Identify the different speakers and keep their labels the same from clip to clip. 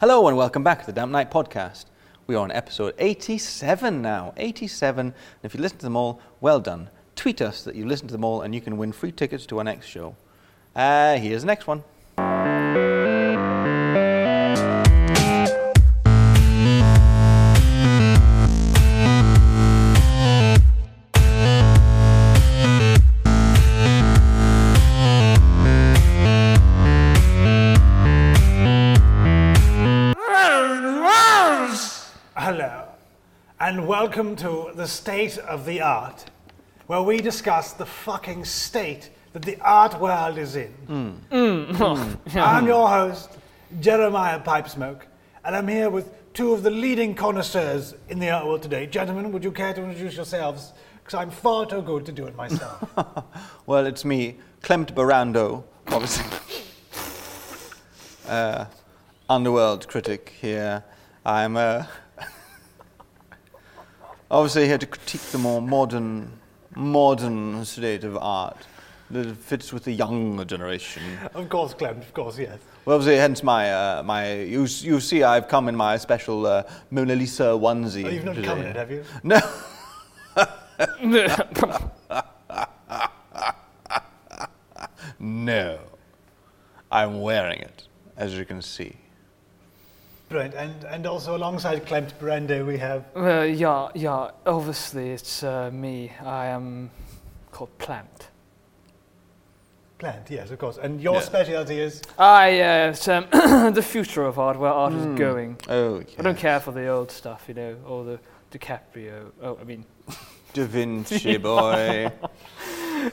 Speaker 1: Hello and welcome back to the Damp Night Podcast. We are on episode 87 now. 87. And if you listen to them all, well done. Tweet us that you listened to them all and you can win free tickets to our next show. Uh, here's the next one.
Speaker 2: Hello, and welcome to the state of the art, where we discuss the fucking state that the art world is in. I'm your host, Jeremiah Pipesmoke, and I'm here with two of the leading connoisseurs in the art world today. Gentlemen, would you care to introduce yourselves? Because I'm far too good to do it myself.
Speaker 1: Well, it's me, Clement Barando, obviously. uh, underworld critic here. I'm uh, obviously here to critique the more modern, modern state of art that fits with the younger generation.
Speaker 2: of course, Clem, of course, yes.
Speaker 1: Well, obviously, hence my uh, my. You, s- you see, I've come in my special uh, Mona Lisa onesie.
Speaker 2: Oh, you've not
Speaker 1: today.
Speaker 2: come in it, have you?
Speaker 1: No.
Speaker 3: Uh,
Speaker 1: No. I'm wearing it, as you can see.
Speaker 2: Brilliant. And, and also alongside Clem Brende, we have
Speaker 3: Uh, yeah, yeah, obviously it's uh, me. I am called Plant.
Speaker 2: Plant, yes, of course. And your
Speaker 1: Yeah.
Speaker 2: specialty is?
Speaker 3: I, uh, it's, um, the future of art, where art
Speaker 2: Hmm.
Speaker 3: is going.
Speaker 1: Oh, yeah.
Speaker 3: I don't care for the old stuff, you know, or the DiCaprio, oh, I mean,
Speaker 1: Da Vinci boy.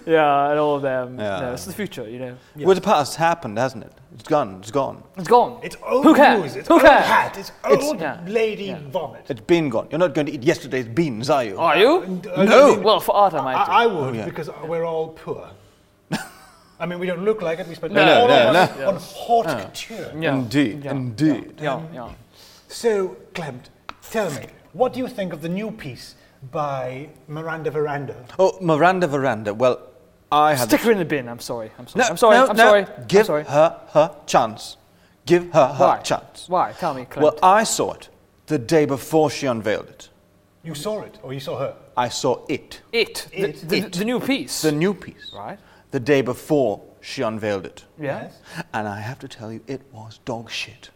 Speaker 3: yeah, and all of them.
Speaker 1: Yeah.
Speaker 3: No, it's the future, you know.
Speaker 2: Yeah.
Speaker 1: Well, the past happened, hasn't it? It's gone. It's gone.
Speaker 3: It's gone.
Speaker 2: It's old
Speaker 3: Who cares?
Speaker 2: news. It's
Speaker 3: Who
Speaker 2: old
Speaker 3: cares?
Speaker 2: hat. It's
Speaker 3: It's-
Speaker 2: old
Speaker 3: yeah.
Speaker 2: lady
Speaker 3: Yeah.
Speaker 2: vomit.
Speaker 1: It's been gone. You're not going to eat yesterday's beans, are you?
Speaker 3: Are you?
Speaker 2: And,
Speaker 1: No.
Speaker 2: uh, I mean, Uh,
Speaker 3: Well, for art, I
Speaker 2: I,
Speaker 3: might do.
Speaker 2: I would
Speaker 1: Oh, yeah.
Speaker 2: because we're all poor. I mean, we don't look like it. We spend
Speaker 3: No,
Speaker 2: all
Speaker 1: no,
Speaker 2: our
Speaker 1: no.
Speaker 2: money on haute couture.
Speaker 3: yeah.
Speaker 1: Indeed.
Speaker 3: Yeah.
Speaker 1: Indeed.
Speaker 3: Yeah, yeah.
Speaker 2: So, Clement, tell me, what do you think of the new piece by Miranda Veranda?
Speaker 1: Oh, Miranda Veranda. Well, I had.
Speaker 3: Stick her in the bin. I'm sorry. I'm sorry.
Speaker 1: No,
Speaker 3: I'm sorry.
Speaker 1: no,
Speaker 3: I'm
Speaker 1: no.
Speaker 3: sorry.
Speaker 1: Give
Speaker 3: I'm sorry.
Speaker 1: her her chance. Give her her
Speaker 3: Why?
Speaker 1: chance.
Speaker 3: Why? Tell me, Clint.
Speaker 1: Well, I saw it the day before she unveiled it.
Speaker 2: You saw it, or you saw her?
Speaker 1: I saw it,
Speaker 3: it. The-
Speaker 2: It.
Speaker 3: the,
Speaker 1: It.
Speaker 3: the new piece.
Speaker 1: the new piece,
Speaker 3: right?
Speaker 1: the day before she unveiled it.
Speaker 3: Yeah.
Speaker 1: And I have to tell you, it was dog shit.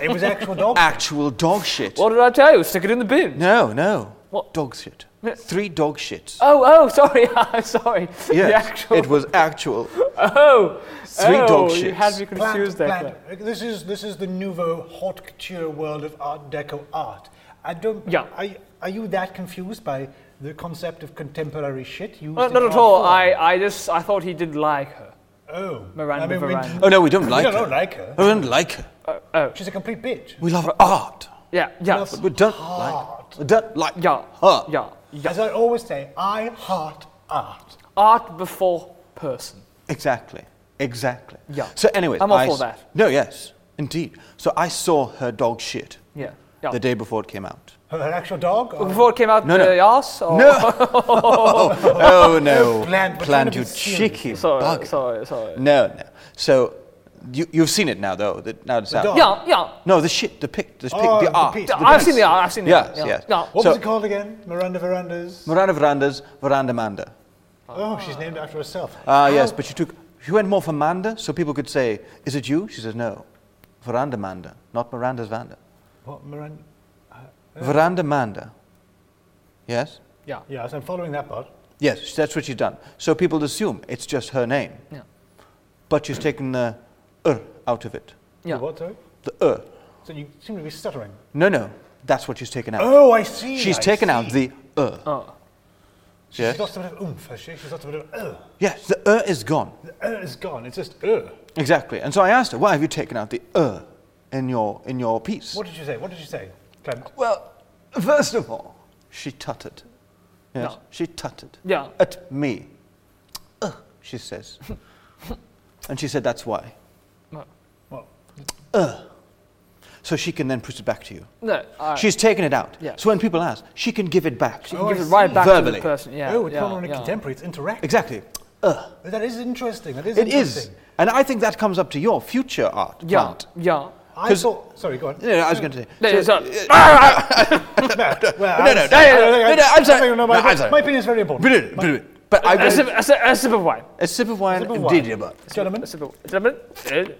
Speaker 2: It was actual dog.
Speaker 1: Actual dog shit.
Speaker 3: What did I tell you? Stick it in the bin.
Speaker 1: No, no.
Speaker 3: What?
Speaker 1: Dog shit.
Speaker 3: Yeah.
Speaker 1: Three dog shits.
Speaker 3: Oh, oh, sorry, I'm sorry. The
Speaker 1: yes,
Speaker 3: actual.
Speaker 1: it was actual.
Speaker 3: oh,
Speaker 1: Three
Speaker 3: oh,
Speaker 1: dog
Speaker 3: You
Speaker 1: shits.
Speaker 3: had me
Speaker 2: Plant-
Speaker 3: confused there.
Speaker 2: plant- This is this is the nouveau haute couture world of Art Deco art. I don't.
Speaker 3: Yeah.
Speaker 2: Are, are you that confused by the concept of contemporary shit? Used
Speaker 3: Well,
Speaker 2: in
Speaker 3: not at
Speaker 2: art
Speaker 3: all.
Speaker 2: form?
Speaker 3: I, I just, I thought he did like her.
Speaker 2: Oh.
Speaker 3: Miranda
Speaker 2: I mean, we-
Speaker 3: Varane.
Speaker 1: Oh, no, we don't like
Speaker 2: we
Speaker 1: her.
Speaker 2: don't like her.
Speaker 1: We don't like her.
Speaker 2: She's a complete bitch.
Speaker 1: We love art.
Speaker 3: Yeah, yeah,
Speaker 2: Yes.
Speaker 1: But we don't like
Speaker 2: Art.
Speaker 1: We don't like
Speaker 3: yeah,
Speaker 1: her.
Speaker 3: yeah, yeah.
Speaker 2: As I always say, I heart art.
Speaker 3: Art before person.
Speaker 1: Exactly. Exactly.
Speaker 3: Yeah.
Speaker 1: So, anyway,
Speaker 3: I'm all
Speaker 1: I
Speaker 3: for
Speaker 1: s-
Speaker 3: that.
Speaker 1: No, yes, indeed. So I saw her dog shit
Speaker 3: Yeah, yeah.
Speaker 1: the day before it came out.
Speaker 2: Her, her actual dog? Or
Speaker 3: before it came out
Speaker 1: No, no.
Speaker 3: the ass. Or
Speaker 1: No. oh no.
Speaker 2: Plant, we're trying
Speaker 1: Plant,
Speaker 2: to
Speaker 1: you
Speaker 2: be serious.
Speaker 1: cheeky
Speaker 3: sorry,
Speaker 1: bug.
Speaker 3: sorry, sorry.
Speaker 1: No, no. So you, you've seen it now, though. That now it's out.
Speaker 2: dog.
Speaker 3: Yeah, yeah.
Speaker 1: No, the shit, the pic, the, pic,
Speaker 2: Oh,
Speaker 1: the
Speaker 2: the
Speaker 1: art.
Speaker 2: piece.
Speaker 1: the
Speaker 3: I've
Speaker 1: piece.
Speaker 3: seen the art. I've seen the
Speaker 1: Yes,
Speaker 3: art. Yeah,
Speaker 1: yes.
Speaker 3: yeah.
Speaker 2: what
Speaker 1: so-
Speaker 2: was it called again? Miranda Veranda's?
Speaker 1: Miranda Veranda's Veranda Manda.
Speaker 3: Uh,
Speaker 2: oh, she's named after herself.
Speaker 1: Ah, yes, but she took. She went more for Manda, so people could say, "Is it you?" She says, "No, Veranda Manda, not Miranda's Vanda.
Speaker 2: What, Miranda?
Speaker 1: Veranda Manda." Yes,
Speaker 3: Yeah,
Speaker 2: Yes, I'm following that part.
Speaker 1: yes, that's what she's done. So people assume it's just her name,
Speaker 3: yeah,
Speaker 1: but she's taken the er out of it.
Speaker 2: The
Speaker 3: yeah.
Speaker 2: What, sorry?
Speaker 1: The er.
Speaker 2: So you seem to be stuttering.
Speaker 1: No, no, that's what she's taken out.
Speaker 2: Oh, I see.
Speaker 1: She's
Speaker 2: I
Speaker 1: taken out
Speaker 2: see.
Speaker 1: the er.
Speaker 3: Oh,
Speaker 2: She's
Speaker 1: Yes.
Speaker 2: got some bit of oomph, has she? She's got some bit of er.
Speaker 1: Yes, the er is gone.
Speaker 2: The er is gone. It's just er.
Speaker 1: Exactly. And so I asked her, why have you taken out the er in your, in your piece?
Speaker 2: What did you say? What did you say, Clem?
Speaker 1: Well, first of all, she tutted. Yes,
Speaker 3: No.
Speaker 1: she tutted.
Speaker 3: yeah.
Speaker 1: At me. Ugh, she says. and she said, that's why.
Speaker 2: Well,
Speaker 1: So she can then put it back to you.
Speaker 3: No, I,
Speaker 1: She's taken it out.
Speaker 3: Yeah.
Speaker 1: So when people ask, she can give it back.
Speaker 3: she
Speaker 2: Oh,
Speaker 3: gives
Speaker 2: I
Speaker 3: it right
Speaker 2: see.
Speaker 3: back to
Speaker 1: Verbally.
Speaker 3: the person. Yeah,
Speaker 2: oh, it's
Speaker 3: yeah,
Speaker 2: not only
Speaker 3: yeah.
Speaker 2: contemporary. It's interactive.
Speaker 1: Exactly. Ugh,
Speaker 2: That is interesting. That is
Speaker 1: it
Speaker 2: interesting.
Speaker 1: is. And I think that comes up to your future art.
Speaker 3: Yeah,
Speaker 1: Plant.
Speaker 3: yeah.
Speaker 2: I
Speaker 1: 'Cause-
Speaker 2: thought. Sorry, go on.
Speaker 1: No, no, I was going to say.
Speaker 3: No,
Speaker 1: so-
Speaker 3: it's not.
Speaker 1: eh,
Speaker 3: ah,
Speaker 2: Well,
Speaker 1: No, no,
Speaker 2: I was-
Speaker 1: no, no,
Speaker 2: I don't think I-
Speaker 1: no, no, I'm sorry.
Speaker 2: I think- no,
Speaker 1: No,
Speaker 2: my,
Speaker 1: I'm sorry.
Speaker 2: my opinion is very
Speaker 1: But
Speaker 2: important.
Speaker 1: it- but it- but I
Speaker 3: a,
Speaker 1: was
Speaker 3: sip, a, sip, a sip of wine.
Speaker 1: a sip of wine
Speaker 2: Sip of
Speaker 1: and
Speaker 2: wine.
Speaker 1: did your butt.
Speaker 2: Gentlemen,
Speaker 3: A sip of wine.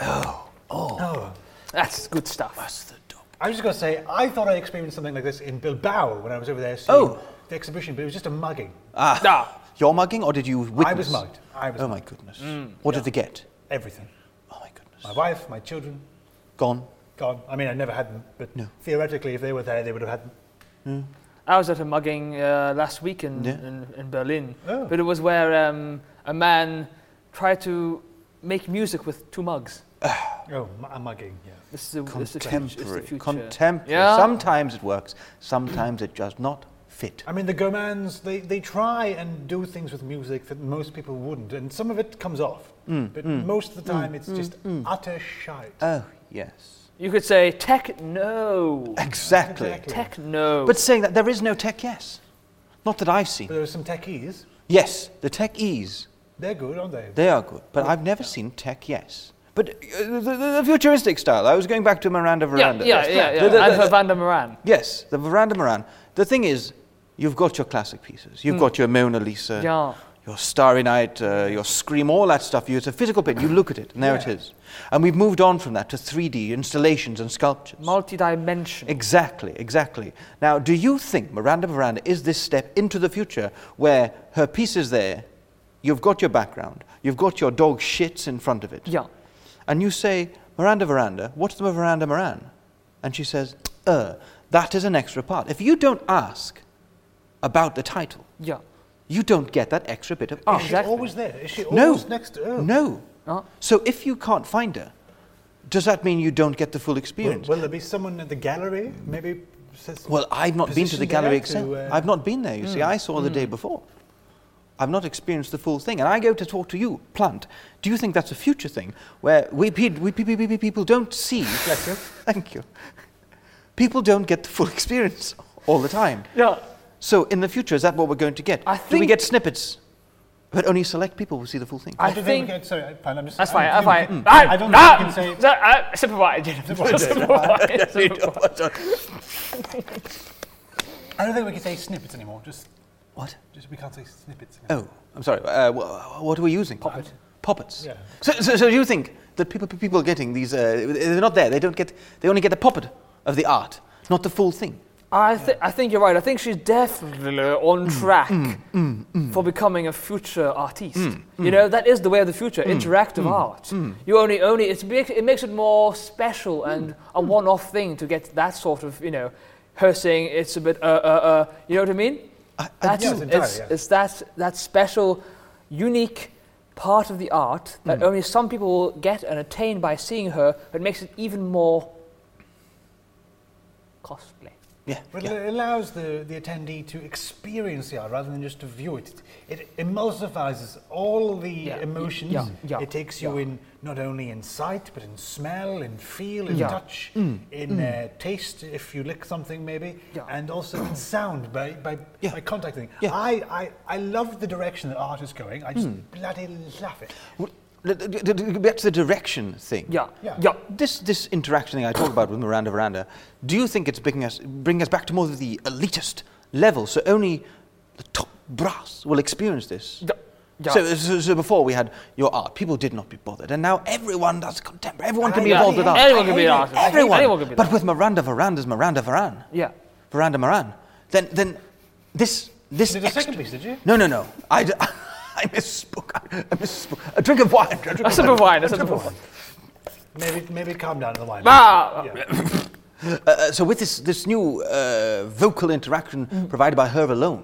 Speaker 3: Oh.
Speaker 2: Oh.
Speaker 3: That's good stuff. That's the
Speaker 2: I was just going to say, I thought I experienced something like this in Bilbao when I was over there seeing
Speaker 1: Oh.
Speaker 2: the exhibition, but it was just a mugging.
Speaker 3: Ah,
Speaker 1: Your mugging, or did you witness?
Speaker 2: I was mugged. I was
Speaker 1: Oh
Speaker 2: mugged.
Speaker 1: my goodness.
Speaker 3: Mm,
Speaker 1: What did they get?
Speaker 2: Everything.
Speaker 1: Oh my goodness.
Speaker 2: My wife, my children,
Speaker 1: Gone.
Speaker 2: gone. I mean, I never had them, but
Speaker 1: No.
Speaker 2: theoretically, if they were there, they would have had them.
Speaker 3: I was at a mugging uh, last week in,
Speaker 1: Yeah.
Speaker 3: in, in Berlin,
Speaker 2: Oh.
Speaker 3: but it was where um, a man tried to make music with two mugs.
Speaker 2: Oh, mu- a mugging, yeah.
Speaker 3: This is the, this is the future- it's the
Speaker 1: Contemporary.
Speaker 3: future.
Speaker 1: Contemporary.
Speaker 3: Yeah.
Speaker 1: Sometimes it works. Sometimes it does not fit.
Speaker 2: I mean, the Gomans, they, they try and do things with music that most people wouldn't, and some of it comes off,
Speaker 1: Mm,
Speaker 2: but most of the time, it's just utter shite.
Speaker 1: Oh yes.
Speaker 3: You could say techno.
Speaker 1: Exactly.
Speaker 3: techno.
Speaker 1: But saying that there is no tech yes. Not that I've
Speaker 2: But
Speaker 1: seen.
Speaker 2: there are some techies.
Speaker 1: Yes, the tech ease.
Speaker 2: They're good, aren't they?
Speaker 1: They are good, but I've never seen tech yes. But uh, the, the, the futuristic style. I was going back to Miranda
Speaker 3: yeah,
Speaker 1: Veranda.
Speaker 3: yeah, yeah, yeah.
Speaker 1: The- the-
Speaker 3: and
Speaker 1: the-
Speaker 3: her Van der Moran.
Speaker 1: Yes, the Veranda Moran. The thing is, you've got your classic pieces. You've got your Mona Lisa,
Speaker 3: Yeah.
Speaker 1: your Starry Night, uh, your Scream, all that stuff. You, it's a physical painting. You look at it, and there it
Speaker 2: Yeah.
Speaker 1: is. And we've moved on from that to 3D installations and sculptures.
Speaker 3: Multi-dimensional.
Speaker 1: exactly, exactly. Now, do you think Miranda Miranda is this step into the future where her piece is there, you've got your background, you've got your dog shits in front of it,
Speaker 3: Yeah.
Speaker 1: and you say, Miranda Veranda, what's the Miranda Moran? And she says, uh, that is an extra part. If you don't ask about the title,
Speaker 3: Yeah.
Speaker 1: you don't get that extra bit of
Speaker 3: Oh,
Speaker 1: art.
Speaker 2: Is she
Speaker 3: exactly.
Speaker 2: always there? Is she
Speaker 1: No.
Speaker 2: always next to oh.
Speaker 1: No.
Speaker 3: Oh.
Speaker 1: So if you can't find her, does that mean you don't get the full
Speaker 2: Will,
Speaker 1: experience?
Speaker 2: will there be someone at the gallery? Maybe. says-
Speaker 1: Well, I've not been to the
Speaker 2: Positioned
Speaker 1: gallery
Speaker 2: there
Speaker 1: except
Speaker 2: to, uh,
Speaker 1: I've not been there. You see, I saw the day before. I've not experienced the full thing, and I go to talk to you, plant. Do you think that's a future thing where we, pe- we, pe- pe- pe- pe- people don't see?
Speaker 2: Bless you.
Speaker 1: Thank you. People don't get the full experience all the time.
Speaker 3: Yeah.
Speaker 1: So in the future, is that what we're going to get?
Speaker 3: I
Speaker 1: Do we
Speaker 3: think-
Speaker 1: get snippets? But only select people will see the full thing.
Speaker 3: I
Speaker 2: Don't you
Speaker 3: think-
Speaker 2: we can- sorry, I- fine, I'm just.
Speaker 3: That's
Speaker 2: I
Speaker 3: fine. That's
Speaker 2: don't think
Speaker 3: fine.
Speaker 2: we can- I don't
Speaker 3: ah,
Speaker 2: think we can say.
Speaker 3: ah, sip of wine. Sip
Speaker 2: of wine,
Speaker 3: of wine. sip of wine.
Speaker 2: I don't think we can say snippets anymore. Just,
Speaker 1: what?
Speaker 2: just we can't say snippets. Anymore.
Speaker 1: Oh, I'm sorry. Uh, wh- what are we using? Poppet. Poppets.
Speaker 2: Yeah.
Speaker 1: So, so, so you think that people people are getting these? Uh, they're not there. They don't get. They only get the poppet of the art, not the full thing.
Speaker 3: I, th- I think you're right. I think she's definitely on
Speaker 2: Mm,
Speaker 3: track for becoming a future artiste.
Speaker 2: Mm,
Speaker 3: You know, that is the way of the future, interactive art. You only, only it's big, it makes it more special
Speaker 2: Mm,
Speaker 3: and a one-off thing to get that sort of, you know, her saying it's a bit, uh, uh, uh, you know what I mean?
Speaker 1: I, I
Speaker 3: That's,
Speaker 2: do. Yes, entirely,
Speaker 3: it's,
Speaker 2: yeah.
Speaker 3: it's that, that special, unique part of the art that only some people will get and attain by seeing her, but makes it even more costly.
Speaker 1: yeah.
Speaker 2: But
Speaker 1: yeah.
Speaker 2: it allows the, the attendee to experience the art rather than just to view it. It, it emulsifies all the
Speaker 3: Yeah, y-
Speaker 2: emotions.
Speaker 3: yeah, yeah,
Speaker 2: it takes you
Speaker 3: yeah.
Speaker 2: in not only in sight, but in smell, in feel, in
Speaker 3: Yeah. Mm.
Speaker 2: touch, in Uh, taste, if you lick something maybe,
Speaker 3: Yeah.
Speaker 2: and also in sound by, by,
Speaker 1: Yeah.
Speaker 2: by contacting.
Speaker 1: Yeah.
Speaker 2: I, I, I love the direction that art is going. I just
Speaker 3: Mm.
Speaker 2: bloody love it.
Speaker 1: Well, d- d- d- d- Back to the direction thing.
Speaker 3: Yeah,
Speaker 2: Yeah.
Speaker 3: yeah.
Speaker 1: This this interaction thing I talk about with Miranda Veranda. Do you think it's bringing us bringing us back to more of the elitist level? So only the top brass will experience this.
Speaker 3: Yeah. yeah.
Speaker 1: So, so, so before we had your art, people did not be bothered, and now everyone does contemporary. Everyone can be
Speaker 2: Yeah.
Speaker 1: involved with art.
Speaker 3: Anyone can be an
Speaker 2: Anyone-
Speaker 3: artist.
Speaker 1: Everyone.
Speaker 3: Anyone can be an
Speaker 1: but with
Speaker 3: artist.
Speaker 1: Miranda Veranda's Miranda Veran,
Speaker 3: Yeah.
Speaker 1: Veranda Moran, then then this this.
Speaker 2: You did a
Speaker 1: extra-
Speaker 2: second piece, did you?
Speaker 1: No no no. I, d- I misspoke. I misspoke. A drink of wine. A drink
Speaker 3: A
Speaker 1: of
Speaker 3: sip of wine. A sip of wine.
Speaker 2: Maybe, maybe calm down the line.
Speaker 3: Ah,
Speaker 1: Uh, uh, so with this this new uh, vocal interaction
Speaker 2: Mm.
Speaker 1: provided by her alone,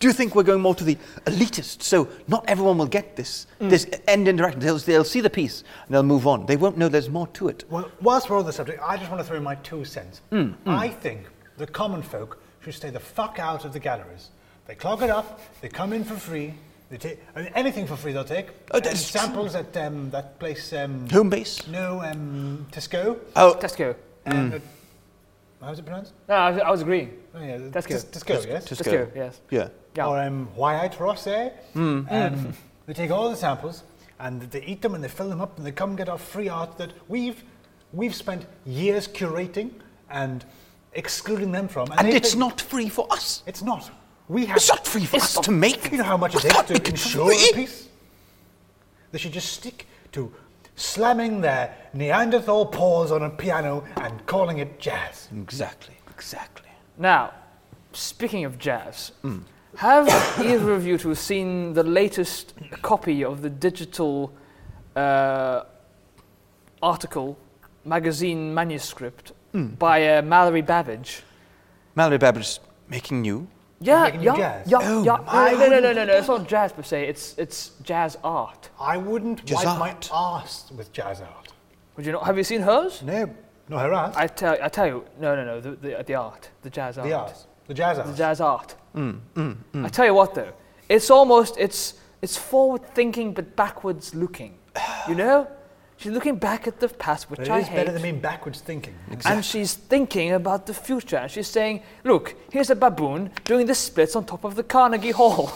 Speaker 1: Do you think we're going more to the elitist? So not everyone will get this
Speaker 2: Mm.
Speaker 1: this end interaction. They'll, they'll see the piece and they'll move on. They won't know there's more to it.
Speaker 2: Well, whilst we're on the subject, I just want to throw in my two cents.
Speaker 1: Hmm,
Speaker 2: I think the common folk should stay the fuck out of the galleries. They clog it up. They come in for free. They take I mean, anything for free. They'll take
Speaker 1: Oh, that's-
Speaker 2: samples at um, that place. Um,
Speaker 1: Home base.
Speaker 2: no, um, Tesco.
Speaker 1: Oh,
Speaker 3: Tesco.
Speaker 2: Um, uh, how's it pronounced?
Speaker 3: No, I was, I was agreeing.
Speaker 2: Oh, yeah, Tesco.
Speaker 3: Tesco.
Speaker 2: Tesco, yes.
Speaker 1: Tesco.
Speaker 3: Tesco. Yes.
Speaker 1: yeah. Hmm.
Speaker 3: Yeah.
Speaker 2: eh? Or um, White Rosse. Um, they take all the samples and they eat them and they fill them up and they come get our free art that we've we've spent years curating and excluding them from.
Speaker 1: And
Speaker 2: they
Speaker 1: it's
Speaker 2: think-
Speaker 1: not free for us.
Speaker 2: It's not. We have.
Speaker 1: It's not free for us to make.
Speaker 2: You know how much
Speaker 1: We
Speaker 2: it takes
Speaker 1: can't
Speaker 2: to
Speaker 1: make it
Speaker 2: ensure a
Speaker 1: free.
Speaker 2: piece? They should just stick to slamming their Neanderthal paws on a piano and calling it jazz.
Speaker 1: Exactly, exactly.
Speaker 3: Now, speaking of jazz, have either of you two seen the latest copy of the digital uh, article, magazine manuscript by uh, Mallory Babbage?
Speaker 1: Mallory Babbage's making new.
Speaker 3: Yeah,
Speaker 2: making you
Speaker 3: yeah,
Speaker 2: jazz?
Speaker 3: yeah,
Speaker 1: Oh
Speaker 3: yeah.
Speaker 1: my,
Speaker 3: No, no, no, no, no. It's not jazz per se. It's it's jazz art.
Speaker 2: I wouldn't
Speaker 1: Jazz
Speaker 2: wipe
Speaker 1: art.
Speaker 2: my arse with jazz art.
Speaker 3: Would you not? Have you seen hers?
Speaker 2: No, not her ass.
Speaker 3: I tell, I tell you, no, no, no. The the, the art, the jazz art.
Speaker 2: the arse. The jazz
Speaker 3: the
Speaker 2: arse.
Speaker 3: jazz art.
Speaker 2: Mm,
Speaker 3: I tell you what, though, it's almost it's it's forward thinking but backwards looking. You know, she's looking back at the past, which
Speaker 2: But it
Speaker 3: I
Speaker 2: is
Speaker 3: hate,
Speaker 2: better than being backwards thinking.
Speaker 3: and she's thinking about the future. And she's saying, "Look, here's a baboon doing the splits on top of the Carnegie Hall,"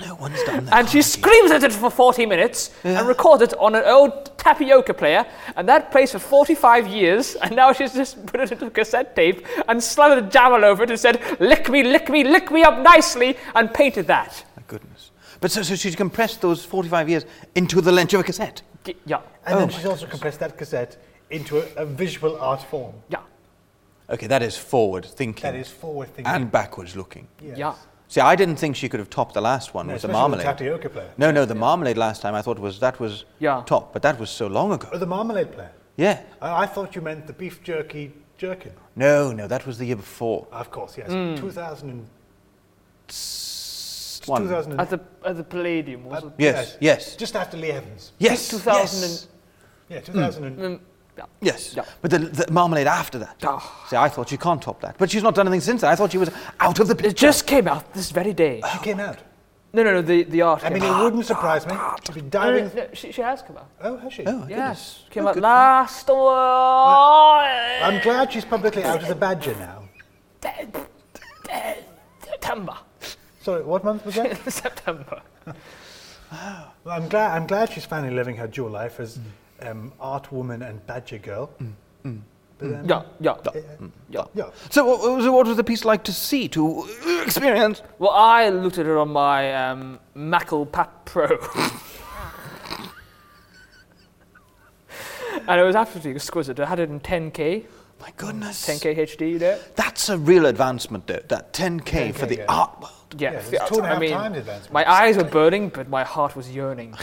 Speaker 1: No one's done that.
Speaker 3: and she screams at it for 40 minutes and records it on an old tapioca player, and that plays for 45 years. And now she's just put it into a cassette tape and slammed a jam all over it and said, "Lick me, lick me, lick me up nicely," and painted that.
Speaker 1: My goodness. But so, so she's compressed those 45 years into the length of a cassette.
Speaker 3: G- Yeah,
Speaker 2: And
Speaker 1: Oh
Speaker 2: then she's also compressed that cassette into a, a visual art form.
Speaker 3: yeah,
Speaker 1: Okay, that is forward thinking.
Speaker 2: That is forward thinking.
Speaker 1: And backwards looking.
Speaker 2: Yes.
Speaker 3: yeah.
Speaker 1: See, I didn't think she could have topped the last one
Speaker 2: No,
Speaker 1: with the
Speaker 2: especially with
Speaker 1: marmalade.
Speaker 2: tapioca player.
Speaker 1: no, no, the marmalade last time I thought was that was
Speaker 3: Yeah.
Speaker 1: top, but that was so long ago.
Speaker 2: Oh, the marmalade player.
Speaker 1: Yeah.
Speaker 2: I, I thought you meant the beef jerky jerkin.
Speaker 1: No, no, that was the year before.
Speaker 2: Of course, yes.
Speaker 3: Mm.
Speaker 2: 2000 and
Speaker 1: One.
Speaker 2: 2000
Speaker 3: At the at the Palladium was it?
Speaker 1: Yes, yes.
Speaker 2: Just after Lee Evans.
Speaker 1: Yes.
Speaker 3: 2000 and-
Speaker 1: yes.
Speaker 2: Yeah, 2000 and...
Speaker 3: Mm, yeah.
Speaker 1: Yes,
Speaker 3: Yeah.
Speaker 1: but the, the marmalade after that.
Speaker 3: Ah.
Speaker 1: See, I thought she can't top that, but she's not done anything since then. I thought she was out of the picture.
Speaker 3: It just came out this very day.
Speaker 2: She came out.
Speaker 3: No, no, no. The the art.
Speaker 2: I
Speaker 3: came
Speaker 2: mean,
Speaker 3: out.
Speaker 2: it wouldn't surprise me to be
Speaker 3: No,
Speaker 2: diving...
Speaker 3: no, no, she, she has come out.
Speaker 2: Oh, has she?
Speaker 1: Oh, my
Speaker 3: Yes,
Speaker 1: goodness.
Speaker 3: came
Speaker 1: Oh,
Speaker 3: out
Speaker 1: good.
Speaker 3: last. Oh,
Speaker 2: I'm glad she's publicly out as a badger now.
Speaker 3: September.
Speaker 2: Sorry, what month was that?
Speaker 3: September.
Speaker 2: Well, I'm glad. I'm glad she's finally living her dual life as um, art woman and badger girl.
Speaker 1: Mm.
Speaker 2: But then,
Speaker 3: Yeah, yeah.
Speaker 1: Yeah.
Speaker 2: yeah.
Speaker 1: So, what- what, was- what was the piece like to see, to uh, experience?
Speaker 3: Well, I looked at it on my um, Mackel Pap Pro. and it was absolutely exquisite. I had it in 10K,
Speaker 1: My goodness.
Speaker 3: 10K HD, you know?
Speaker 1: That's a real advancement, though, that 10K, for
Speaker 2: 10K,
Speaker 1: the
Speaker 2: yeah.
Speaker 1: art world.
Speaker 3: Yeah,
Speaker 2: Yeah, it's
Speaker 3: yeah,
Speaker 2: two and a
Speaker 3: I
Speaker 2: half
Speaker 3: mean,
Speaker 2: times advancement.
Speaker 3: My eyes were burning, but my heart was yearning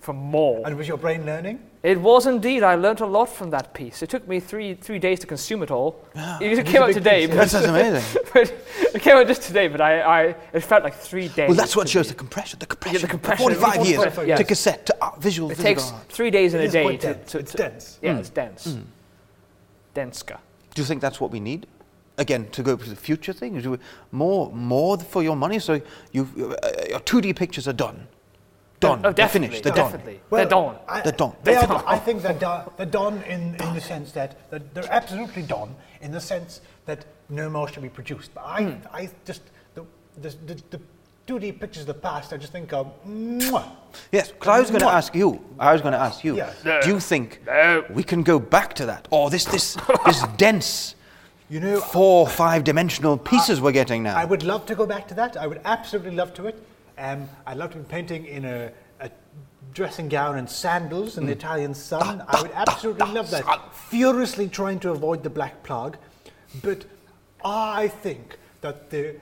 Speaker 3: for more.
Speaker 2: And was your brain learning?
Speaker 3: It was indeed. I learnt a lot from that piece. It took me three three days to consume it all. It
Speaker 2: It's
Speaker 3: came
Speaker 2: a
Speaker 3: out
Speaker 2: big
Speaker 3: today,
Speaker 2: piece,
Speaker 1: That's,
Speaker 3: but,
Speaker 1: that's amazing.
Speaker 3: but it came out just today. But I, I it felt like three days.
Speaker 1: well, that's what
Speaker 3: to
Speaker 1: shows
Speaker 3: me.
Speaker 1: the compression. The compression.
Speaker 3: compression.
Speaker 1: 45 years
Speaker 2: 45
Speaker 1: to
Speaker 3: years.
Speaker 1: cassette, to art, visual,
Speaker 3: It
Speaker 1: physical
Speaker 3: takes
Speaker 1: art.
Speaker 3: three days and
Speaker 2: It
Speaker 3: a
Speaker 2: is
Speaker 3: day
Speaker 2: quite
Speaker 3: to,
Speaker 2: dense.
Speaker 3: to,
Speaker 2: It's
Speaker 3: to-
Speaker 2: dense.
Speaker 3: Yeah, it's dense. Hmm. Densker.
Speaker 1: Do you think that's what we need? Again, to go for the future thing, do we- more, more for your money. So you, uh, your 2D pictures are done, done,
Speaker 3: Oh,
Speaker 1: they're
Speaker 3: definitely.
Speaker 1: finished, they're
Speaker 3: oh,
Speaker 1: done.
Speaker 3: Definitely.
Speaker 2: Well,
Speaker 3: They're done.
Speaker 2: I,
Speaker 1: They're done.
Speaker 2: They
Speaker 3: They're
Speaker 2: are,
Speaker 3: done.
Speaker 2: I think they're, done. they're done in, in the sense that, that they're absolutely done in the sense that no more should be produced. But I, I just, the, the, the, the 2D pictures of the past, I just think of, mwah.
Speaker 1: Yes, because I was going to
Speaker 2: Mwah.
Speaker 1: ask you. I was going to ask you.
Speaker 2: Yeah.
Speaker 1: Do you think we can go back to that, or this, this, this dense
Speaker 2: You know,
Speaker 1: four, five-dimensional pieces we're getting now?
Speaker 2: I would love to go back to that. I would absolutely love to it. Um, I'd love to be painting in a, a dressing gown and sandals in the Italian sun. I would absolutely love that. Furiously trying to avoid the black plague, but I think that the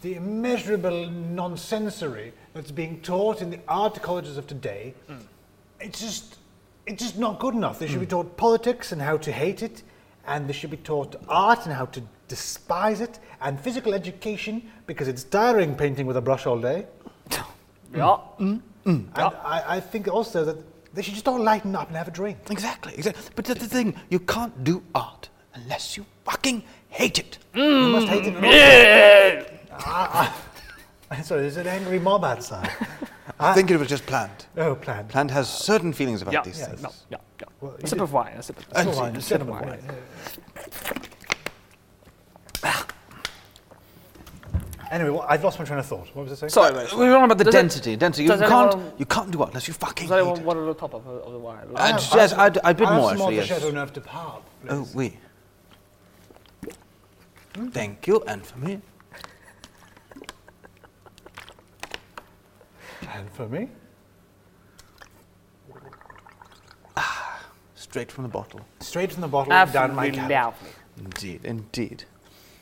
Speaker 2: the immeasurable nonsensory that's being taught in the art colleges of today, it's just it's just not good enough. They should be taught politics and how to hate it, and they should be taught art and how to despise it, and physical education because it's tiring painting with a brush all day.
Speaker 3: Yeah.
Speaker 2: And I, I think also that they should just all lighten up and have a drink.
Speaker 1: Exactly, exactly. But the, the thing, you can't do art unless you fucking hate it.
Speaker 3: Hmm?
Speaker 2: You must hate it.
Speaker 1: Mm.
Speaker 2: Ah, ah. Sorry, there's an angry mob outside.
Speaker 1: I think it was just planned.
Speaker 2: Oh, planned.
Speaker 1: Planned has certain feelings about
Speaker 3: Yeah.
Speaker 1: these
Speaker 2: Yeah.
Speaker 1: things.
Speaker 3: No, yeah, yeah.
Speaker 2: Well,
Speaker 3: a
Speaker 2: you
Speaker 3: sip
Speaker 2: did-
Speaker 3: of wine. A sip of
Speaker 1: And
Speaker 2: Go on,
Speaker 1: it's
Speaker 2: gentlemen,
Speaker 1: wine. Ah.
Speaker 2: wine. Anyway, well, I've lost my train of thought. What was I saying?
Speaker 3: Sorry, mate.
Speaker 1: We were on about the
Speaker 3: Does it-
Speaker 1: density. density. You
Speaker 3: does
Speaker 1: can't.
Speaker 3: anyone-
Speaker 1: you can't do it unless you fucking.
Speaker 3: Does
Speaker 1: hate
Speaker 3: anyone
Speaker 1: it.
Speaker 3: want a little top up of the wire?
Speaker 1: Uh,
Speaker 2: have-
Speaker 1: j- yes, I, d- I bid
Speaker 2: Oh, I have
Speaker 1: more
Speaker 2: some more
Speaker 1: actually.
Speaker 2: of the
Speaker 1: Yes.
Speaker 2: Chateau Neuf de Parle,
Speaker 1: Oh,
Speaker 2: please.
Speaker 1: we. Thank you, and for me.
Speaker 2: And for me?
Speaker 1: Straight from the bottle.
Speaker 2: Straight from the bottle, down my
Speaker 3: Absolutely
Speaker 2: cap.
Speaker 3: lovely.
Speaker 1: Indeed, indeed.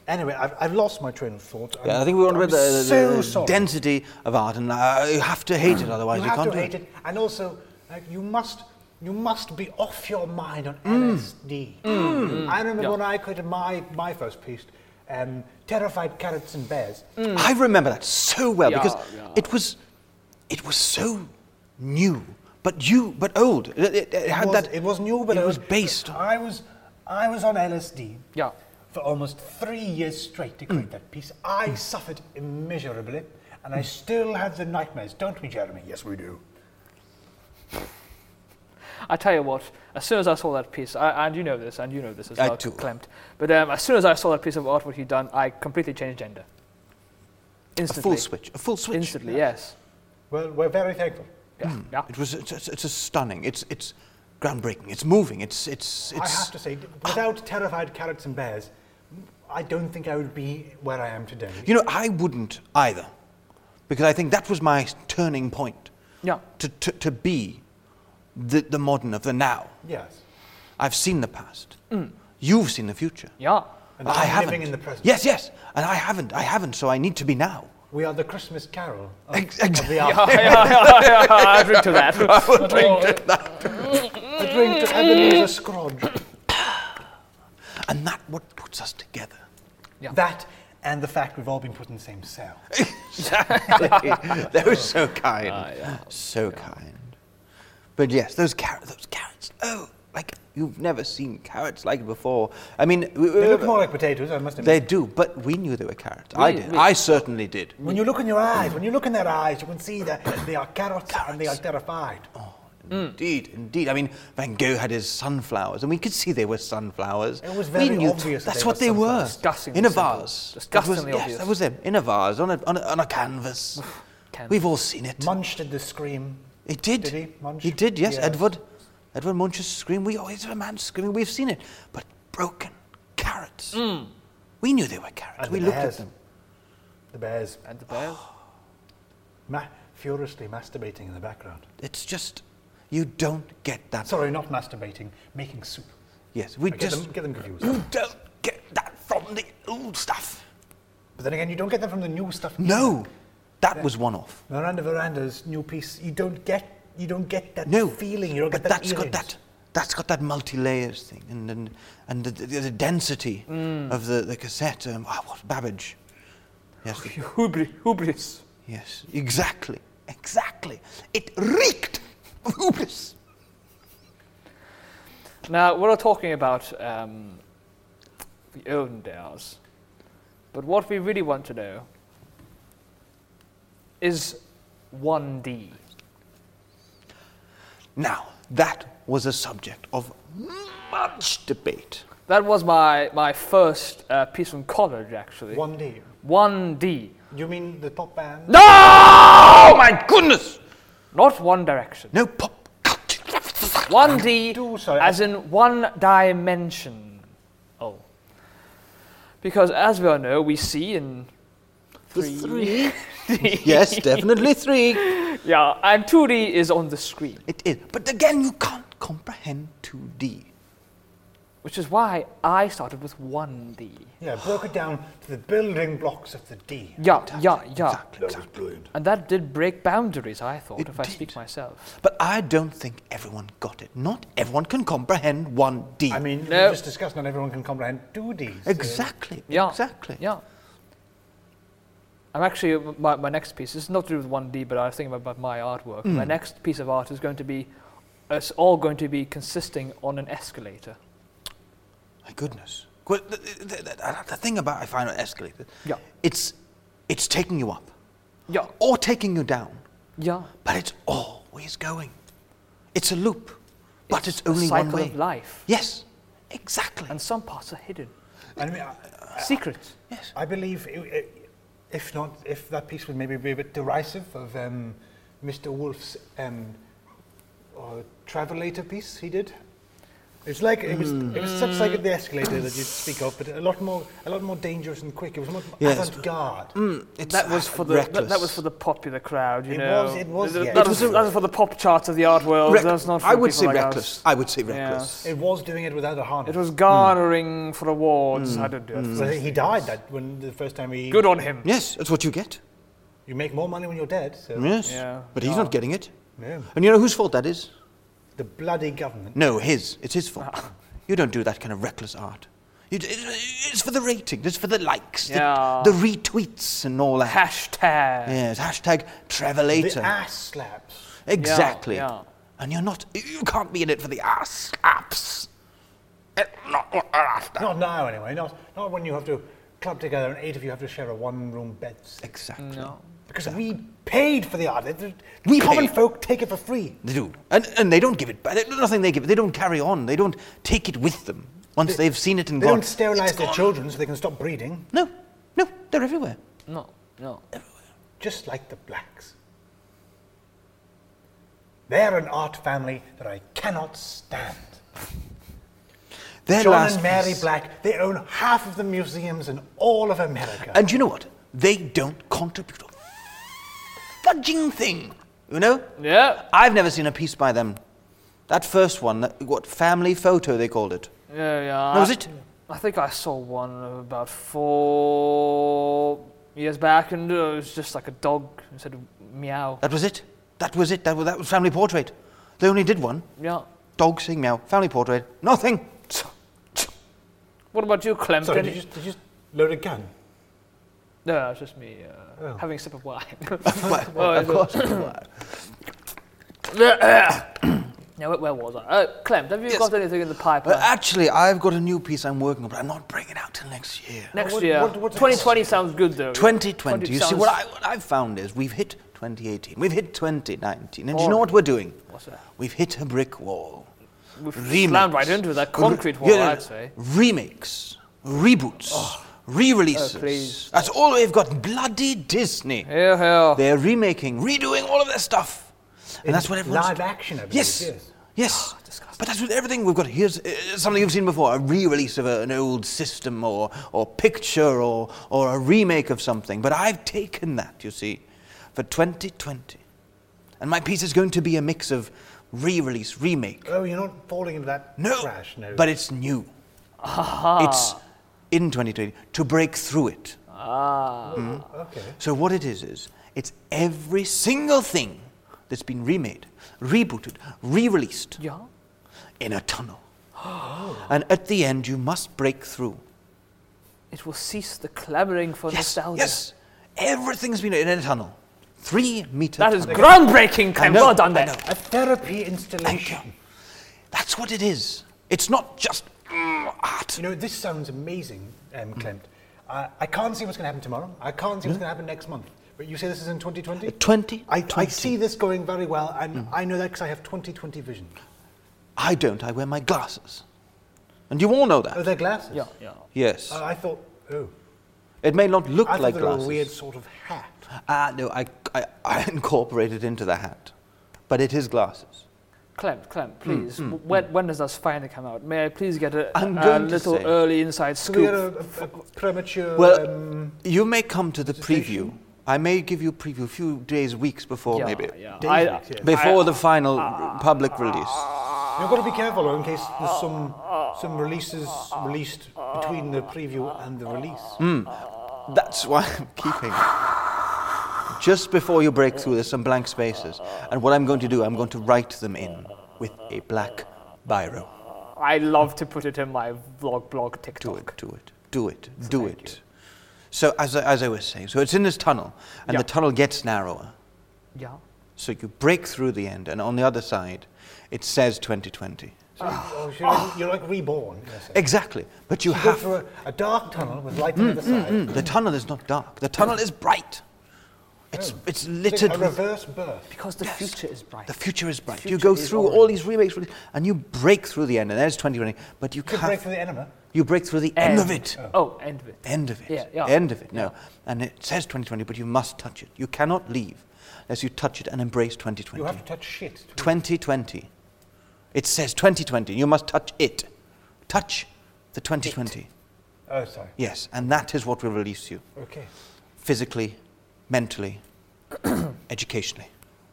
Speaker 2: Anyway, I've, I've lost my train of thought.
Speaker 1: Yeah,
Speaker 2: I'm-
Speaker 1: I think we were on
Speaker 2: I'm
Speaker 1: about the, the-
Speaker 2: so
Speaker 1: the
Speaker 2: sorry. Mm.
Speaker 1: density of art, and uh, you have to hate it, otherwise
Speaker 2: You
Speaker 1: you,
Speaker 2: have
Speaker 1: can't
Speaker 2: to
Speaker 1: do
Speaker 2: hate
Speaker 1: it.
Speaker 2: it, and also like, you must you must be off your mind on LSD.
Speaker 1: Mm.
Speaker 2: I remember when I created my my first piece, um, terrified carrots and bears.
Speaker 1: I remember that so well
Speaker 3: Yeah,
Speaker 1: because
Speaker 3: yeah.
Speaker 1: it was, it was so new, but you, but old. It, it- it had
Speaker 2: was,
Speaker 1: that.
Speaker 2: it was new, but
Speaker 1: it
Speaker 2: I
Speaker 1: was based. on-
Speaker 2: I was I was on LSD.
Speaker 3: Yeah.
Speaker 2: For almost three years straight
Speaker 1: Mm.
Speaker 2: to create that piece, I suffered immeasurably, and I still have the nightmares, don't we, Jeremy? Yes, we do.
Speaker 3: I tell you what, as soon as I saw that piece, I, and you know this, and you know this as
Speaker 1: I
Speaker 3: well,
Speaker 1: do.
Speaker 3: Klimt. But um, as soon as I saw that piece of artwork he'd done, I completely changed gender.
Speaker 1: A
Speaker 3: Instantly.
Speaker 1: full switch. A full switch.
Speaker 3: Instantly, yes. Hmm.
Speaker 2: Well, we're very thankful.
Speaker 3: Yeah. yeah.
Speaker 1: It was. It's, it's, it's a stunning. It's. It's groundbreaking. It's moving. It's. It's. It's.
Speaker 2: I have to say, d- without terrified carrots and bears, I don't think I would be where I am today.
Speaker 1: You know, I wouldn't either, because I think that was my turning point
Speaker 3: Yeah.
Speaker 1: to, to, to be the, the modern of the now.
Speaker 2: Yes.
Speaker 1: I've seen the past.
Speaker 3: Mm.
Speaker 1: You've seen the future.
Speaker 3: Yeah.
Speaker 2: And
Speaker 1: I
Speaker 2: I'm
Speaker 1: haven't.
Speaker 2: living in the present.
Speaker 1: Yes, yes. And I haven't. I haven't. So I need to be now.
Speaker 2: We are the Christmas carol of,
Speaker 1: Ex-
Speaker 2: of the
Speaker 3: yeah,
Speaker 2: art.
Speaker 3: yeah, yeah, yeah, I drink to that.
Speaker 2: The drink to Ebenezer Scrooge.
Speaker 1: And that what puts us together.
Speaker 3: Yeah.
Speaker 2: That and the fact we've all been put in the same cell.
Speaker 1: they were so kind.
Speaker 3: Ah, yeah.
Speaker 1: So kind. But yes, those carrots. Those carrots. Oh, like you've never seen carrots like it before. I mean, we- we-
Speaker 2: They look more like potatoes, I must
Speaker 1: They
Speaker 2: admit.
Speaker 1: do, but we knew they were carrots. I
Speaker 3: We-
Speaker 1: did.
Speaker 3: we-
Speaker 1: I certainly did.
Speaker 2: when you look in your eyes, when you look in their eyes, you can see that they are carrots, and they are terrified.
Speaker 1: Oh, Indeed, indeed. I mean, Van Gogh had his sunflowers, and we could see they were sunflowers.
Speaker 2: It was
Speaker 1: we
Speaker 2: very
Speaker 1: knew
Speaker 2: obvious that
Speaker 1: That's
Speaker 2: they
Speaker 1: what
Speaker 2: were
Speaker 1: they were.
Speaker 2: sunflowers.
Speaker 3: Disgustingly
Speaker 1: in a
Speaker 3: simple.
Speaker 1: vase. It was-
Speaker 3: Disgustingly
Speaker 1: yes,
Speaker 3: obvious.
Speaker 1: that was them. In a vase, on a, on a, on a canvas.
Speaker 3: Canvas.
Speaker 1: We've all seen it.
Speaker 2: Munch did the scream.
Speaker 1: It did.
Speaker 2: Did he? Munch?
Speaker 1: He did, yes.
Speaker 2: Yes.
Speaker 1: Edward. Edward Munch's scream. We always have a man screaming. We've seen it. But broken carrots.
Speaker 2: Hmm.
Speaker 1: We knew they were carrots.
Speaker 2: And
Speaker 1: we
Speaker 2: the
Speaker 1: looked
Speaker 2: bears.
Speaker 1: at them.
Speaker 2: The bears
Speaker 3: And the bears.
Speaker 2: ma- furiously masturbating in the background.
Speaker 1: It's just, you don't get that.
Speaker 2: Sorry, not masturbating, making soup.
Speaker 1: Yes, we
Speaker 2: I get,
Speaker 1: just
Speaker 2: them, get them confused.
Speaker 1: You don't get that from the old stuff.
Speaker 2: But then again, you don't get them from the new stuff.
Speaker 1: No, that was one off.
Speaker 2: Miranda Veranda's new piece, you don't get, you don't get that
Speaker 1: No
Speaker 2: feeling. You don't
Speaker 1: but
Speaker 2: get that.
Speaker 1: that's got that. That's got that multi-layers thing and and, and the, the, the density
Speaker 2: Mm.
Speaker 1: of the the cassette. Um, ah, what Babbage? Yes,
Speaker 2: Oh.
Speaker 1: the-
Speaker 3: Hubri- hubris.
Speaker 1: yes, exactly, exactly. It reeked of hubris.
Speaker 3: Now, we're not talking about um, the Odendales, but what we really want to know is 1D.
Speaker 1: Now that was a subject of much debate.
Speaker 3: That was my, my first uh, piece from college, actually.
Speaker 2: One day.
Speaker 3: 1D.
Speaker 2: You mean the pop band?
Speaker 3: No!
Speaker 1: Oh my goodness!
Speaker 3: Not One Direction.
Speaker 1: No pop culture. Ah,
Speaker 3: 1D
Speaker 2: do, sorry,
Speaker 3: as in one dimension. Oh. Because as we all know, we see in three.
Speaker 1: yes, definitely three.
Speaker 3: Yeah, and 2D is on the screen,
Speaker 1: It is. But again, you can't comprehend 2D.
Speaker 3: which is why I started with 1D.
Speaker 2: Yeah, broke it down to the building blocks of the D.
Speaker 3: Yeah, yeah, yeah.
Speaker 1: Exactly. exactly.
Speaker 2: brilliant.
Speaker 3: And that did break boundaries, I thought,
Speaker 1: It
Speaker 3: if I speak
Speaker 1: did.
Speaker 3: myself.
Speaker 1: But I don't think everyone got it. Not everyone can comprehend 1D.
Speaker 2: I mean,
Speaker 3: No.
Speaker 2: we just discussed not everyone can comprehend two Ds. so-
Speaker 1: exactly.
Speaker 3: Yeah.
Speaker 1: Exactly.
Speaker 3: Yeah. I'm actually, my, my next piece, this is not to do with 1D, but I was thinking about my artwork. My
Speaker 1: Hmm.
Speaker 3: next piece of art is going to be, it's all going to be consisting on an escalator.
Speaker 1: My goodness. Well, the, the, the, the thing about I find an escalator,
Speaker 3: Yeah.
Speaker 1: it's, it's taking you up
Speaker 3: Yeah.
Speaker 1: or taking you down,
Speaker 3: Yeah.
Speaker 1: but it's always going. It's a loop, but it's,
Speaker 3: a
Speaker 1: only
Speaker 3: cycle
Speaker 1: one way.
Speaker 3: of life.
Speaker 1: Yes, exactly.
Speaker 3: And some parts are hidden.
Speaker 2: uh, I mean, I,
Speaker 3: Secret.
Speaker 1: yes.
Speaker 2: I believe i i if not, if that piece would maybe be a bit derisive of um, Mr. Wolf's um, uh, Travelator piece he did. It's like it was, it was such like the escalator that you speak of, but a lot more, a lot more dangerous and quick. It was more
Speaker 1: Yes.
Speaker 2: avant-garde.
Speaker 1: It's
Speaker 3: That was for the that, that was
Speaker 1: reckless.
Speaker 3: for the popular crowd, you
Speaker 2: It
Speaker 3: know.
Speaker 2: was- it was,
Speaker 3: Th-
Speaker 2: yeah.
Speaker 3: That,
Speaker 2: It
Speaker 3: was,
Speaker 2: was-
Speaker 3: that was for the pop charts of the art world.
Speaker 1: Rec-
Speaker 3: That's not. For
Speaker 1: I would
Speaker 3: people
Speaker 1: say
Speaker 3: like us.
Speaker 1: reckless. I would say reckless.
Speaker 3: Yes.
Speaker 2: It was doing it without a harness.
Speaker 3: It was garnering for awards. I don't do that.
Speaker 2: So Mm. he died that when the first time he.
Speaker 3: Good on him.
Speaker 1: Yes, that's what you get.
Speaker 2: You make more money when you're dead. So
Speaker 1: Yes.
Speaker 3: Yeah.
Speaker 1: But he's
Speaker 3: Oh.
Speaker 1: not getting it.
Speaker 2: no.
Speaker 1: And you know whose fault that is?
Speaker 2: the bloody government.
Speaker 1: No, his. It's his fault. You don't do that kind of reckless art. You d- It's it's for the rating. It's for the likes, the,
Speaker 3: Yeah.
Speaker 1: the retweets, and all that.
Speaker 3: Hashtag.
Speaker 1: Yes, hashtag
Speaker 2: The
Speaker 1: Travelator.
Speaker 2: ass slaps.
Speaker 1: Exactly.
Speaker 3: yeah.
Speaker 1: And you're not. You can't be in it for the ass apps. Eh, Not what we're after.
Speaker 2: Not now, anyway. Not not when you have to club together and eight of you have to share a one-room bed.
Speaker 1: Exactly.
Speaker 2: Because we paid for the art. It- it-
Speaker 1: We
Speaker 2: common
Speaker 1: paid.
Speaker 2: folk take it for free.
Speaker 1: They do, and and they don't give it. back. They- Nothing they give. it. They don't carry on. They don't take it with them once they, have seen it and
Speaker 2: They
Speaker 1: gone.
Speaker 2: don't sterilise their children so they can stop breeding,
Speaker 1: No, no, they're everywhere.
Speaker 3: No. No.
Speaker 2: just like the blacks. They're an art family that I cannot stand.
Speaker 1: Their
Speaker 2: John
Speaker 1: last
Speaker 2: and Mary
Speaker 1: piece-
Speaker 2: Black, they own half of the museums in all of America.
Speaker 1: And you know what? They don't contribute a fudging thing. You know?
Speaker 3: Yeah.
Speaker 1: I've never seen a piece by them. That first one, that- what family photo they called it.
Speaker 3: Yeah. Yeah.
Speaker 1: No, was it?
Speaker 3: I think I saw one about four years back, and it was just like a dog and said meow.
Speaker 1: That was it. That was it. That was, that was family portrait. They only did one.
Speaker 3: Yeah.
Speaker 1: Dog sing meow. Family portrait. Nothing.
Speaker 3: What about you, Clem?
Speaker 2: Sorry,
Speaker 3: Can
Speaker 2: did you,
Speaker 3: you-
Speaker 2: just, did you just load a gun?
Speaker 3: No, it's just me uh,
Speaker 2: Oh.
Speaker 3: having a sip of wine.
Speaker 1: Well,
Speaker 3: Oh,
Speaker 1: of
Speaker 3: it's a-
Speaker 1: course.
Speaker 3: now, where, where was I? Uh, Clem, have you
Speaker 1: Yes.
Speaker 3: got anything in the pipeline?
Speaker 2: Uh,
Speaker 1: But actually, I've got a new piece I'm working on, but I'm not bringing it out till next year.
Speaker 3: Next
Speaker 2: what-
Speaker 3: year.
Speaker 2: what- what-
Speaker 3: 2020 sounds good though.
Speaker 1: 2020. You see,
Speaker 3: sounds-
Speaker 1: what, I, what I've found is we've hit 2018, we've hit 2019, and do you
Speaker 3: Oh.
Speaker 1: know what we're doing?
Speaker 3: What's that?
Speaker 1: We've hit a brick wall.
Speaker 3: We've
Speaker 1: Remakes.
Speaker 3: slammed right into that
Speaker 1: Well, re-
Speaker 3: concrete wall,
Speaker 1: yeah,
Speaker 3: I'd say.
Speaker 1: Remakes, reboots, re-releases.
Speaker 3: Oh, please.
Speaker 1: That's all we've got. Bloody Disney.
Speaker 3: Hell, hell.
Speaker 1: They're remaking, redoing all of their stuff. And
Speaker 2: In
Speaker 1: that's what everyone's
Speaker 2: live action, I believe,
Speaker 1: Yes.
Speaker 2: yes.
Speaker 1: Yes.
Speaker 2: Ah,
Speaker 1: but that's with everything we've got. Here's uh, something you've seen before: a re-release of a, an old system, or or picture, or or a remake of something. But I've taken that, you see, for 2020, and my piece is going to be a mix of re-release, remake.
Speaker 2: Oh, you're not falling into that
Speaker 1: No,
Speaker 2: trash, no.
Speaker 1: but it's new. It's in 2020 to break through it.
Speaker 2: okay.
Speaker 1: So what it is is it's every single thing that's been remade, rebooted, re-released
Speaker 3: Yeah.
Speaker 1: in a tunnel. and at the end, you must break through.
Speaker 3: It will cease the clamoring for
Speaker 1: Yes,
Speaker 3: nostalgia.
Speaker 1: yes. Everything's been in a tunnel, three meters.
Speaker 3: That is groundbreaking, Clem.
Speaker 1: know,
Speaker 3: well done
Speaker 1: I
Speaker 3: there.
Speaker 1: know.
Speaker 2: A therapy
Speaker 1: Thank you.
Speaker 2: installation.
Speaker 1: That's what it is. It's not just mm, art.
Speaker 2: You know, this sounds amazing, um, Clint. Uh, I can't see what's going to happen tomorrow. I can't see what's going to happen next month. But you say this is in
Speaker 1: Uh,
Speaker 2: 2020?
Speaker 1: 20.
Speaker 2: I, I see this going very well, and
Speaker 1: Mm.
Speaker 2: I know that because I have 2020 vision.
Speaker 1: Uh, I don't. I wear my glasses, and you all know that.
Speaker 2: Oh, they're glasses?
Speaker 3: Yeah, yeah.
Speaker 1: Yes.
Speaker 2: Uh, I thought, oh.
Speaker 1: It may not look
Speaker 2: I thought
Speaker 1: like
Speaker 2: they were a
Speaker 1: glasses.
Speaker 2: weird sort of hat.
Speaker 1: Ah, no, I, I, I incorporated into the hat, but it is glasses.
Speaker 3: Clem, Clem,
Speaker 1: Hmm,
Speaker 3: please. w- when, when does this finally come out? May I please get a,
Speaker 1: I'm
Speaker 3: a
Speaker 1: going to
Speaker 3: little
Speaker 1: say-
Speaker 3: early inside
Speaker 2: So we had a,
Speaker 3: scoop?
Speaker 2: a, a premature.
Speaker 1: Well,
Speaker 2: um,
Speaker 1: you may come to the preview.
Speaker 2: station?
Speaker 1: I may give you preview a few days, weeks before,
Speaker 3: yeah,
Speaker 1: maybe
Speaker 3: yeah.
Speaker 2: Days
Speaker 3: I- Ah.
Speaker 2: mix, yeah.
Speaker 1: before the final r- public release.
Speaker 2: you've got to be careful though, in case there's some, some releases released between the preview and the release.
Speaker 1: Mm. That's why I'm keeping. it. Just before you break through, there's some blank spaces, and what I'm going to do, I'm going to write them in with a black biro.
Speaker 3: I love to put it in my vlog, blog,
Speaker 1: do
Speaker 3: TikTok.
Speaker 1: it, do it, do it, do it. So as I, as I was saying, so it's in this tunnel, and
Speaker 3: Yeah.
Speaker 1: the tunnel gets narrower.
Speaker 3: Yeah.
Speaker 1: So you break through the end, and on the other side, it says 2020.
Speaker 2: So you- oh, so you're- you're like reborn. in a sense.
Speaker 1: Exactly, but you
Speaker 2: You go
Speaker 1: have
Speaker 2: through a, a dark tunnel with light on the
Speaker 1: Mm,
Speaker 2: side.
Speaker 1: the tunnel is not dark. The tunnel is bright. It's it's
Speaker 2: It's
Speaker 1: littered
Speaker 2: like a
Speaker 1: with
Speaker 2: reverse birth.
Speaker 3: Because the future is bright.
Speaker 1: the future is bright. you
Speaker 3: future
Speaker 1: go
Speaker 3: is
Speaker 1: through all
Speaker 3: orange.
Speaker 1: these remakes, really, and you break through the end, and there's 2020. But you
Speaker 2: You could break
Speaker 1: can't.
Speaker 2: through the enema.
Speaker 1: You break through the end, of it.
Speaker 3: Oh, end of it.
Speaker 1: End of it.
Speaker 3: Yeah, yeah.
Speaker 1: End of it. No. And it says 2020, but you must touch it. You cannot leave unless you touch it and embrace 2020.
Speaker 2: You have to touch shit. to-
Speaker 1: 2020. It says 2020. You must touch it. Touch the 2020.
Speaker 2: Oh, sorry.
Speaker 1: Yes, and that is what will release you
Speaker 2: Okay.
Speaker 1: physically, mentally, educationally.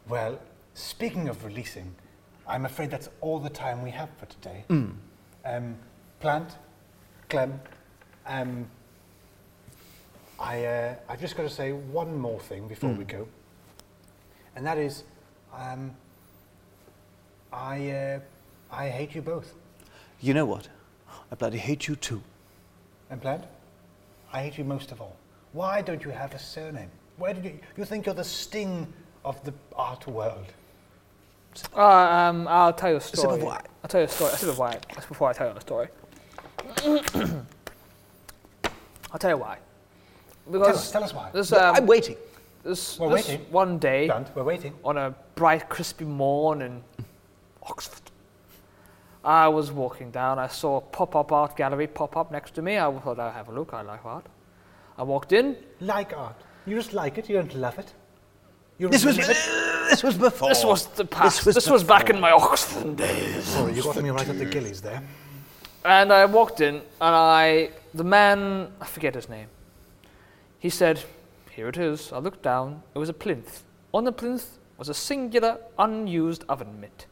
Speaker 2: Well, speaking of releasing, I'm afraid that's all the time we have for today. Um, plant, Clem, um, I, uh, I've just got to say one more thing before we go, and that is, um, I, uh, I hate you both.
Speaker 1: You know what? I bloody hate you too.
Speaker 2: And Plant, I hate you most of all. Why don't you have a surname? Where did you, you think you're the sting of the art world?
Speaker 3: Uh, um, I'll tell you a
Speaker 1: sip of
Speaker 3: story.
Speaker 1: wine.
Speaker 3: I'll tell you a story. A sip of wine. That's before I tell you a story. I'll tell you why. Because
Speaker 2: Tell us, tell us why.
Speaker 3: this,
Speaker 1: No,
Speaker 3: um,
Speaker 1: I'm waiting.
Speaker 3: this,
Speaker 2: We're
Speaker 3: this
Speaker 2: waiting.
Speaker 3: one day
Speaker 2: Plant, we're waiting.
Speaker 3: on a bright, crispy morn in Oxford, I was walking down. I saw a pop-up art gallery pop up next to me. I thought I'll have a look. I like art. I walked in.
Speaker 2: Like art. You just like it, you don't love it. You
Speaker 1: This was
Speaker 2: live it.
Speaker 1: this was before.
Speaker 3: This was the past. This was,
Speaker 1: before.
Speaker 3: back in my Oxford days.
Speaker 2: Sorry, you got me right at the gillies there.
Speaker 3: And I walked in, and I, the man, I forget his name, he said, Here it is. I looked down, it was a plinth. On the plinth was a singular, unused oven mitt.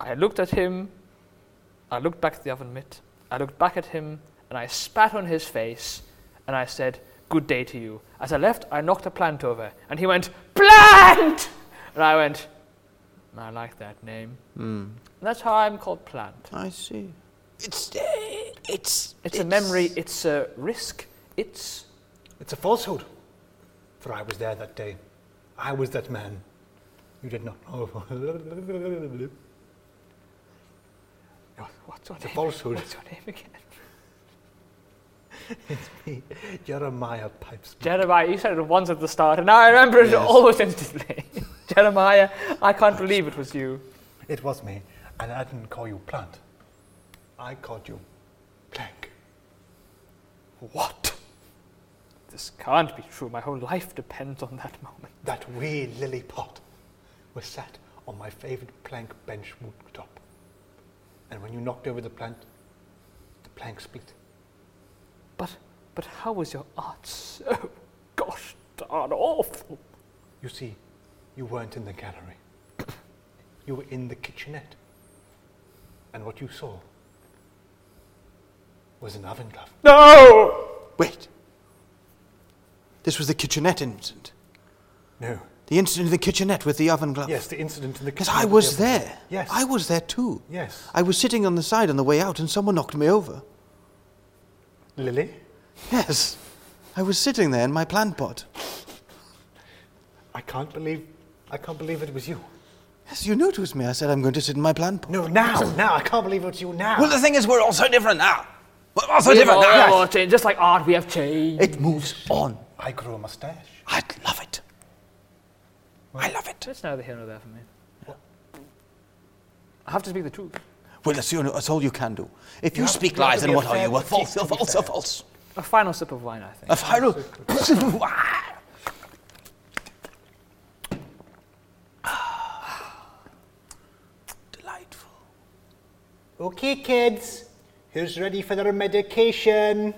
Speaker 3: I looked at him, I looked back at the oven mitt, I looked back at him, and I spat on his face, and I said, Good day to you. As I left, I knocked a plant over, and he went, Plant! And I went, I like that name. And that's how I'm called Plant.
Speaker 1: I see. It's eh, it's
Speaker 3: It's, a memory, it's a risk, it's.
Speaker 2: It's a falsehood. For I was there that day. I was that man. You did not know.
Speaker 3: oh, What's your
Speaker 2: It's a
Speaker 3: name?
Speaker 2: falsehood.
Speaker 3: What's your name again?
Speaker 2: it's me, Jeremiah Pipes.
Speaker 3: Jeremiah, you said it once at the start, and now I remember it
Speaker 1: Yes.
Speaker 3: almost instantly. Jeremiah, I can't believe it was you.
Speaker 2: It was me, and I didn't call you plant. I called you plank.
Speaker 3: What? This can't be true. My whole life depends on that moment.
Speaker 2: That wee lily pot was sat on my favourite plank bench rooftop. And when you knocked over the plant, the plank split.
Speaker 3: But, but how was your art so gosh darn awful?
Speaker 2: You see, you weren't in the gallery. you were in the kitchenette. And what you saw was an oven glove.
Speaker 3: No!
Speaker 1: Wait. This was the kitchenette incident.
Speaker 2: No.
Speaker 1: The incident in the kitchenette with the oven glove.
Speaker 2: Yes, the incident in the
Speaker 1: Because
Speaker 2: kitchen.
Speaker 1: I was there.
Speaker 2: Yes.
Speaker 1: I was there too.
Speaker 2: Yes.
Speaker 1: I was sitting on the side on the way out and someone knocked me over.
Speaker 2: Lily,
Speaker 1: Yes. I was sitting there in my plant pot.
Speaker 2: I can't believe I can't believe it was you.
Speaker 1: Yes, you knew it was me. I said I'm going to sit in my plant pot.
Speaker 2: No, now, now, I can't believe it's you now.
Speaker 1: Well, the thing is, we're all so different now. We're all so
Speaker 3: We've
Speaker 1: different
Speaker 3: all-
Speaker 1: now.
Speaker 3: all changed, Just like art, we have changed.
Speaker 1: It moves on.
Speaker 2: I grew a mustache.
Speaker 1: I love it. I love it.
Speaker 3: It's neither here nor there for me. I have to speak the truth.
Speaker 1: Well, that's, you know, that's all you can do. If you,
Speaker 2: have-
Speaker 1: speak
Speaker 2: you have
Speaker 1: lies,
Speaker 2: to
Speaker 1: then
Speaker 2: be
Speaker 1: what are
Speaker 2: fair
Speaker 1: you? A false, a
Speaker 2: critic, to be
Speaker 1: false, a
Speaker 2: fair.
Speaker 1: false. Uh,
Speaker 3: A final sip of wine, I think.
Speaker 1: A final. Delightful.
Speaker 2: Okay, kids, who's ready for their medication?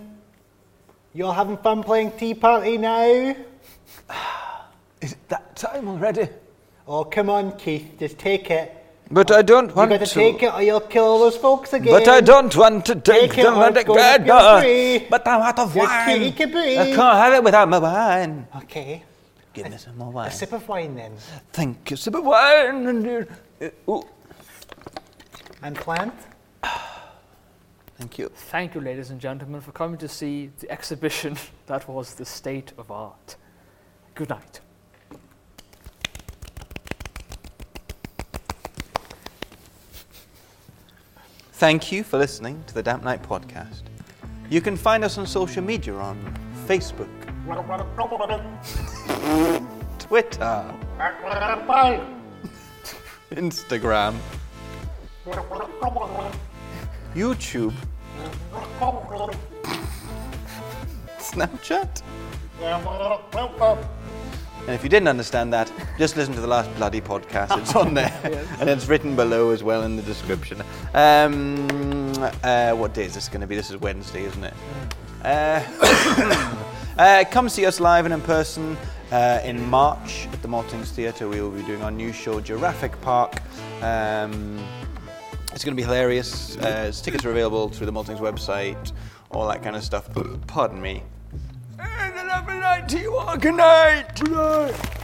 Speaker 2: You all having fun playing tea party now?
Speaker 1: Is it that time already?
Speaker 2: Oh, come on, Keith, just take it.
Speaker 1: But I don't
Speaker 2: You gotta take it or you'll kill all those folks again.
Speaker 1: But I don't want to take
Speaker 2: Take it
Speaker 1: the
Speaker 2: or it's
Speaker 1: medic
Speaker 2: going up your tree.
Speaker 1: But I'm out of
Speaker 2: Just
Speaker 1: wine.
Speaker 2: take a bit.
Speaker 1: I can't have it without my wine.
Speaker 2: Okay.
Speaker 1: Give me some more
Speaker 2: A
Speaker 1: wine.
Speaker 2: sip of wine then.
Speaker 1: Thank you. Sip of wine. and, uh, uh, ooh.
Speaker 2: And plant?
Speaker 1: Thank you.
Speaker 3: Thank you, ladies and gentlemen, for coming to see the exhibition that was the state of art. Good night.
Speaker 1: Thank you for listening to the Damp Night podcast. You can find us on social media on Facebook, Twitter, Instagram, YouTube, Snapchat? And if you didn't understand that, just listen to the last bloody podcast. It's on there. And it's written below as well in the description. Um, uh, what day is this going to be? This is Wednesday, isn't it? Uh, uh, come see us live and in person uh, in March at the Maltings Theatre. We will be doing our new show, Jurassic Park. Um, it's going to be hilarious. Uh, its tickets are available through the Maltings website, all that kind of stuff. Pardon me. And have a night to you all. Good night. Good night.